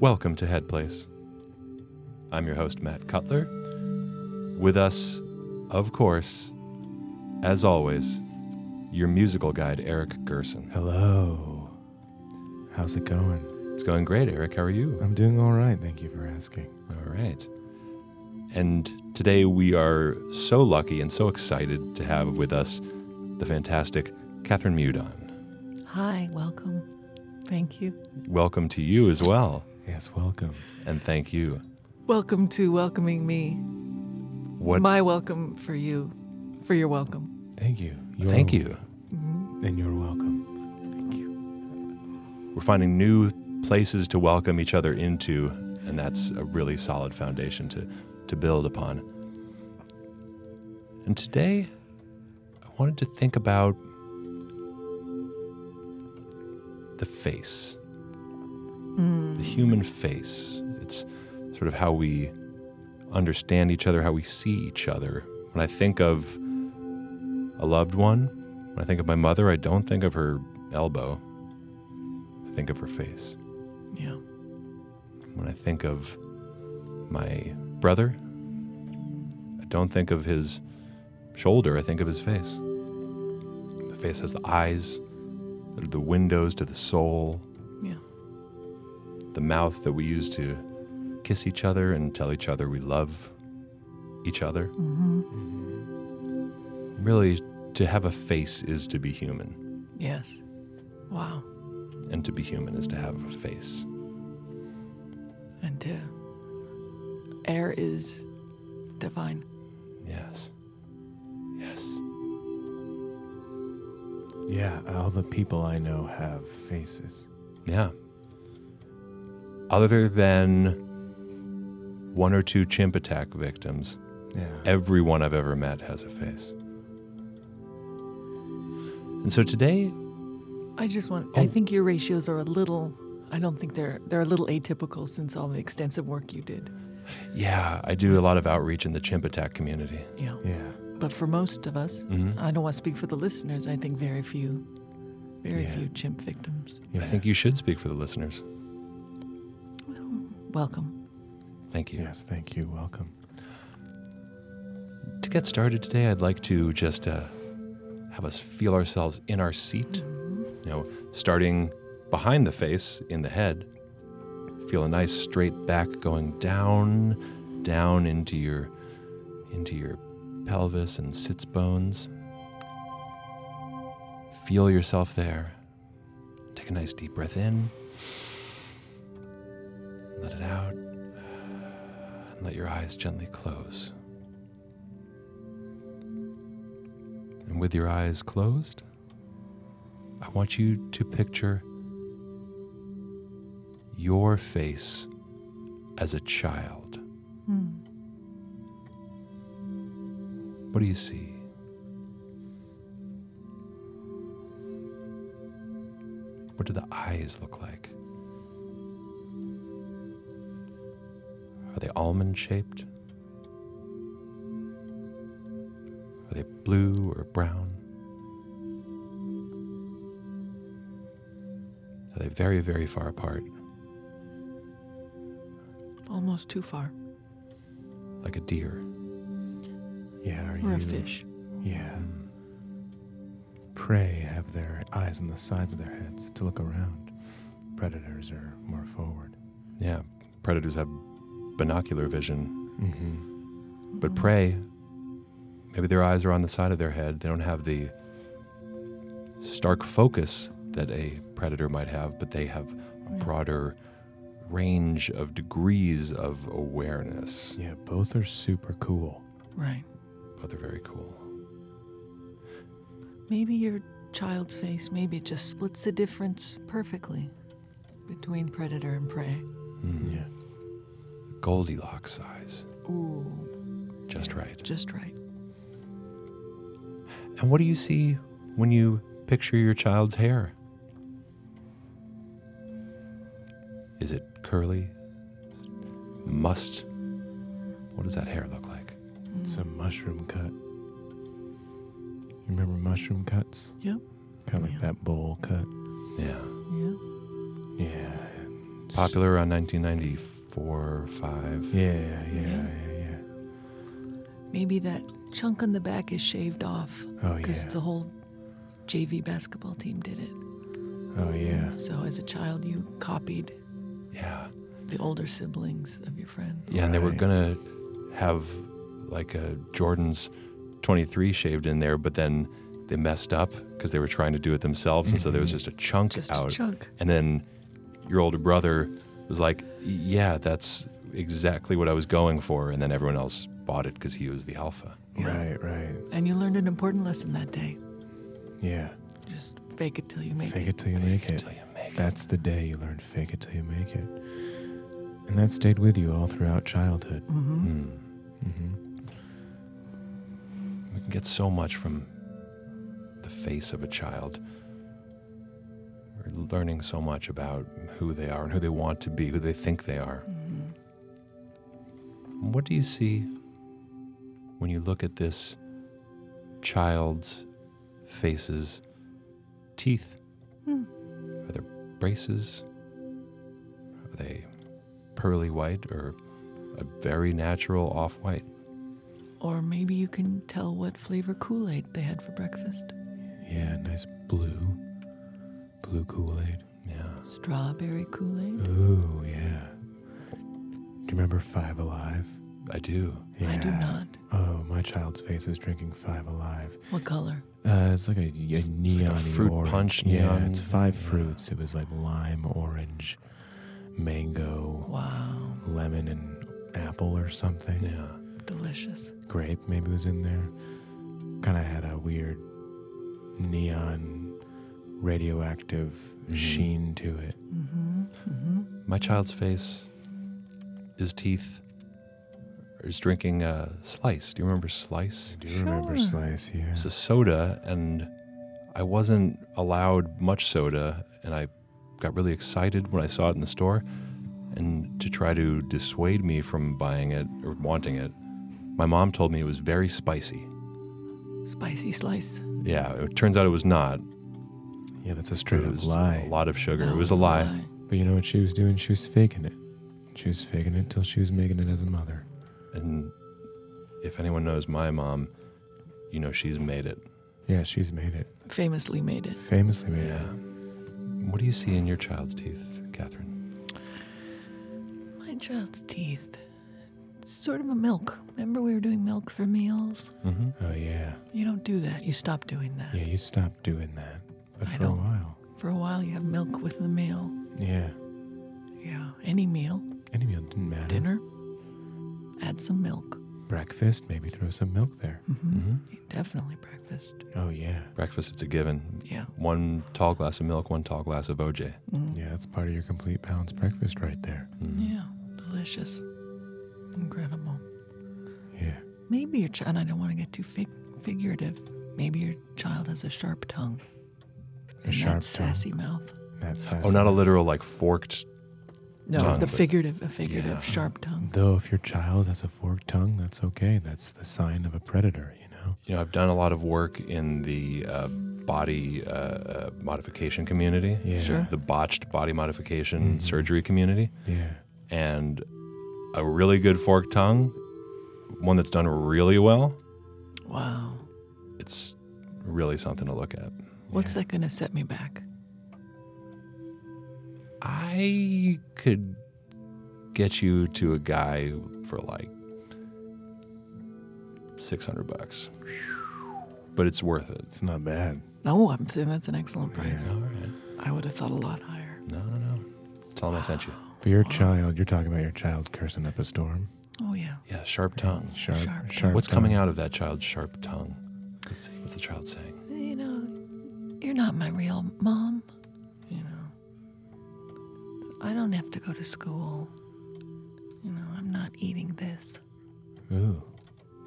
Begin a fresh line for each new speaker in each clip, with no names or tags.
Welcome to Headplace. I'm your host, Matt Cutler. With us, of course, as always, your musical guide, Eric Gerson.
Hello. How's it going?
It's going great, Eric. How are you?
I'm doing all right. Thank you for asking.
All right. And today we are so lucky and so excited to have with us the fantastic Catherine Mudon.
Hi, welcome. Thank you.
Welcome to you as well,
Yes, welcome.
and thank you.
Welcome to welcoming me.
What?
My welcome for you, for your welcome.
Thank you. You're-
thank you.
And you're welcome.
Thank you.
We're finding new places to welcome each other into, and that's a really solid foundation to, to build upon. And today, I wanted to think about the face, the human face. It's sort of how we understand each other, how we see each other. When I think of a loved one, when I think of my mother, I don't think of her elbow. I think of her face.
Yeah.
When I think of my brother, I don't think of his shoulder, I think of his face. The face has the eyes that are the windows to the soul,
Yeah.
the mouth that we use to kiss each other and tell each other we love each other. Really, to have a face is to be human,
Yes. Wow.
and to be human is to have a face.
And uh, air is divine.
Yes. Yes.
Yeah, all the people I know have faces.
Yeah. Other than one or two chimp attack victims,
Yeah.
everyone I've ever met has a face. And so today,
I just want.
Oh.
I think your ratios are a little. I don't think they're they're a little atypical since all the extensive work you did.
yeah, I do a lot of outreach in the chimp attack community.
Yeah. Mm-hmm.
Yeah.
But for most of us, I don't want to speak for the listeners. I think very few, very
Yeah.
few chimp victims.
yeah.
I think you should speak for the listeners.
Welcome.
Thank you.
Yes, thank you. Welcome.
To get started today, I'd like to just uh, have us feel ourselves in our seat. You know, starting behind the face in the head. Feel a nice straight back going down, down into your into your pelvis and sits bones. Feel yourself there. Take a nice deep breath in. Let it out. And let your eyes gently close. And with your eyes closed, I want you to picture your face as a child. What do you see? What do the eyes look like? Are they almond shaped? Are they blue or brown? Are they very, very far apart,
Almost too far.
like a deer?
Yeah, are
Or a
you
fish.
Yeah. Prey have their eyes on the sides of their heads to look around. Predators are more forward.
Yeah, predators have binocular vision,
Mm-hmm.
but prey, maybe their eyes are on the side of their head. They don't have the stark focus that a predator might have, but they have a broader range of degrees of awareness.
Yeah, both are super cool.
Right.
But they're very cool.
Maybe your child's face, maybe it just splits the difference perfectly between predator and prey.
Yeah.
Hmm. Goldilocks eyes,
Ooh,
just right.
just right.
And what do you see when you picture your child's hair? Is it curly? Must? What does that hair look like?
It's a mushroom cut. You remember mushroom cuts?
Yep.
Kind of
Yeah.
like that bowl cut.
Yeah.
Yeah.
Yeah. and
popular around 1994, five.
Yeah, yeah, yeah,
Yeah.
yeah. yeah.
Maybe that chunk on the back is shaved off
Oh
because
yeah.
the whole JV basketball team did it.
oh yeah.
So as a child, you copied
Yeah.
the older siblings of your friends.
Yeah, and they were
Right.
gonna have like a Jordan's 23 shaved in there, but then they messed up because they were trying to do it themselves, and so there was
Mhm.
just a chunk
Mm-hmm. Just
out.
a chunk.
And then your older brother was like, "Yeah, that's exactly what I was going for," and then everyone else bought it because he was the alpha.
Right, right.
And you learned an important lesson that day.
Yeah.
Just fake it till you make
Fake it till you make it.
Till you make it.
That's the day you learn fake it till you make it. And that stayed with you all throughout childhood.
hmm
Hmm.
Mm-hmm.
We can get so much from the face of a child. We're learning so much about who they are and who they want to be, who they think they are. What do you see when you look at this child's face's teeth?
Hmm.
Are there braces? Are they pearly white or a very natural off white?
Or maybe you can tell what flavor Kool Aid they had for breakfast
Yeah, nice blue. Blue Kool Aid.
Yeah.
strawberry Kool Aid.
Ooh, yeah. Do you remember Five Alive?
I do.
Yeah.
I do not.
Oh, my child's face is drinking Five Alive.
What color?
Uh, it's like a, a neon
fruit
orange.
punch
Yeah,
neon.
it's five
Yeah.
fruits. It was like lime, orange, mango,
Wow,
lemon, and apple or something.
Yeah.
delicious.
Grape maybe was in there. Kind of had a weird neon, radioactive
Mhm.
sheen to it.
Mm-hmm. Mm-hmm.
My child's face, his teeth, is drinking a slice. Do you remember
I
slice?
do remember
Sure.
Slice, yeah.
It's a soda, and I wasn't allowed much soda, and I got really excited when I saw it in the store. And to try to dissuade me from buying it or wanting it, my mom told me it was very spicy.
Spicy slice.
Yeah, it turns out it was not.
Yeah, that's a straight
it
up
was
lie.
a lot of sugar.
No,
it was a lie.
But you know what she was doing? She was faking it. She was faking it till she was making it as a mother.
And if anyone knows my mom, you know she's made it.
Yeah, she's made it.
Famously made it.
Famously made it.
What do you see in your child's teeth, Catherine?
My child's teeth. It's sort of a milk. Remember we were doing milk for meals?
Mm-hmm.
Oh yeah,
You don't do that. You stop doing that.
yeah. You stopped doing that, but
I
for a
don't.
while,
For a while, you have milk with the meal.
yeah.
Yeah, any meal,
Any meal didn't matter.
dinner, add some milk.
breakfast, maybe throw some milk there.
Mm-hmm.
Mm-hmm.
Definitely breakfast.
Oh yeah,
Breakfast, it's a given.
Yeah.
One tall glass of milk, one tall glass of OJ.
Mm.
yeah. That's part of your complete balanced breakfast right there.
Mhm.
Yeah. Delicious. Incredible.
Yeah.
Maybe your child, and I don't want to get too fig- figurative, maybe your child has a sharp tongue.
A
and
sharp
that sassy mouth.
That's
Oh, not a literal like forked.
No,
Tongue,
the
but-
figurative, a figurative
Yeah.
sharp tongue.
Though if your child has a forked tongue, that's okay. That's the sign of a predator, you know.
You know, I've done a lot of work in the uh, body uh, uh, modification community,
Yeah.
Sure.
the botched body modification
Mhm.
surgery community,
Yeah.
and a really good forked tongue, one that's done really well.
Wow.
It's really something to look at.
What's
yeah.
that going to set me back?
I could get you to a guy for like 600 bucks. But it's worth it.
It's not bad.
No, Oh, I'm th- that's an excellent price.
All right.
I would have thought a lot higher.
No, no, no. Tell him I sent you.
But your child, you're talking about your child cursing up a storm.
Oh, yeah.
Yeah, sharp tongue.
Sharp,
Sharp tongue.
sharp.
What's coming
tongue.
out of that child's sharp tongue? What's, what's the child saying?
You know, you're not my real mom. You know, I don't have to go to school. You know, I'm not eating this.
Ooh.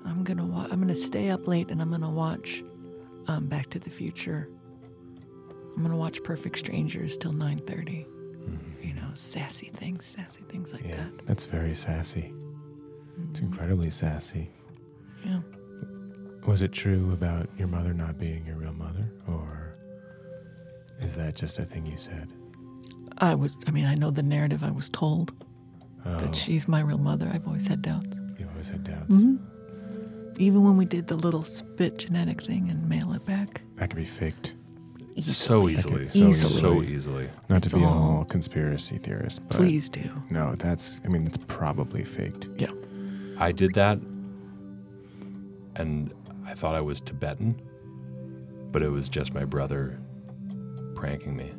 I'm gonna wa- I'm gonna stay up late and I'm gonna watch um, Back to the Future. I'm gonna watch Perfect Strangers till 9:30. You know, sassy things, sassy things like
Yeah.
that.
That's very sassy. It's
Mhm.
incredibly sassy.
Yeah.
Was it true about your mother not being your real mother, or is that just a thing you said?
I was, I mean, I know the narrative I was told that she's my real mother. I've always had doubts.
Oh, You always had doubts.
Mm-hmm. Even when we did the little spit genetic thing and mail it back.
That could be faked.
So easily.
so Easily.
So easily.
Not
It's
to be
all-
all conspiracy theorist, but
Please do.
no, that's. I mean, it's probably faked.
Yeah.
I did that, and I thought I was Tibetan, but it was just my brother pranking me.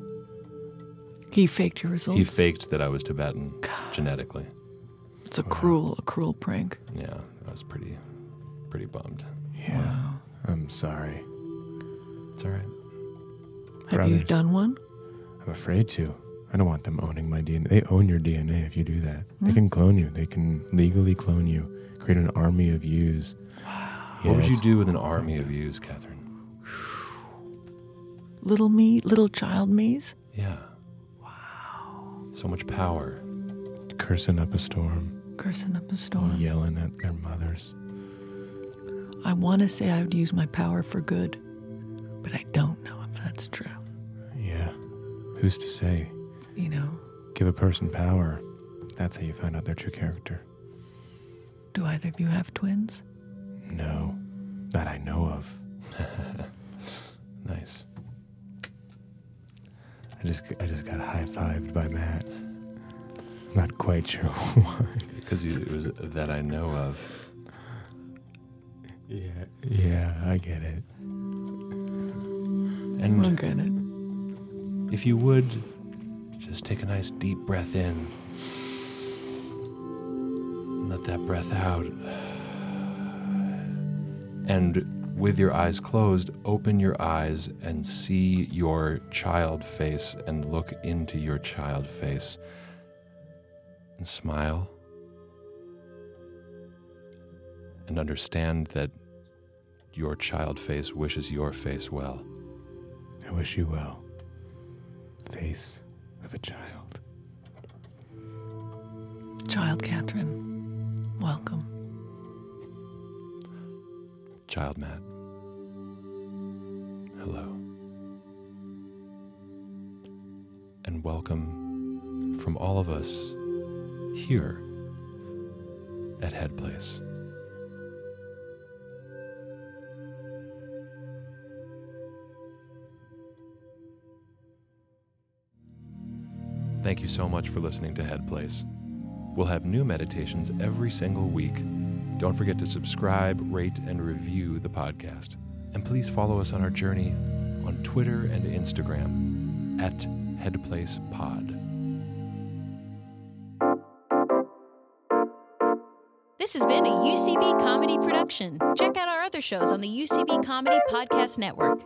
He faked your results.
He faked that I was Tibetan genetically.
It's a cruel, a cruel prank.
Yeah, I was pretty, pretty bummed.
Yeah. I'm sorry.
It's all right.
Have you
Brothers.
done one?
I'm afraid to. I don't want them owning my DNA. They own your DNA if you do that.
Mm-hmm.
They can clone you. They can legally clone you. Create an army of yous. Wow.
what would you do with an army of yous, Catherine?
Little me, little child me's?
Yeah. Wow. So much power.
Cursing up a storm,
Cursing up a storm.
yelling at their mothers.
I want to say I would use my power for good, but I don't know if that's true.
Yeah. Who's to say?
You know,
Give a person power. That's how you find out their true character.
do either of you have twins?
No, that I know of.
Nice.
I just I just got high fived by Matt. I'm not quite sure why.
Because it was that I know of.
Yeah, yeah, I get it.
And
Look at it.
If you would, just take a nice deep breath in. And let that breath out. And with your eyes closed, open your eyes and see your child face and look into your child face and smile. And understand that your child face wishes your face well.
I wish you well. Face of a child.
Child Catherine, welcome.
Child Matt. Hello. And welcome from all of us here at Head Place. Thank you so much for listening to Head Place. We'll have new meditations every single week. Don't forget to subscribe, rate, and review the podcast. And please follow us on our journey on Twitter and Instagram at HeadplacePod.
This has been a UCB comedy production. Check out our other shows on the UCB Comedy Podcast Network.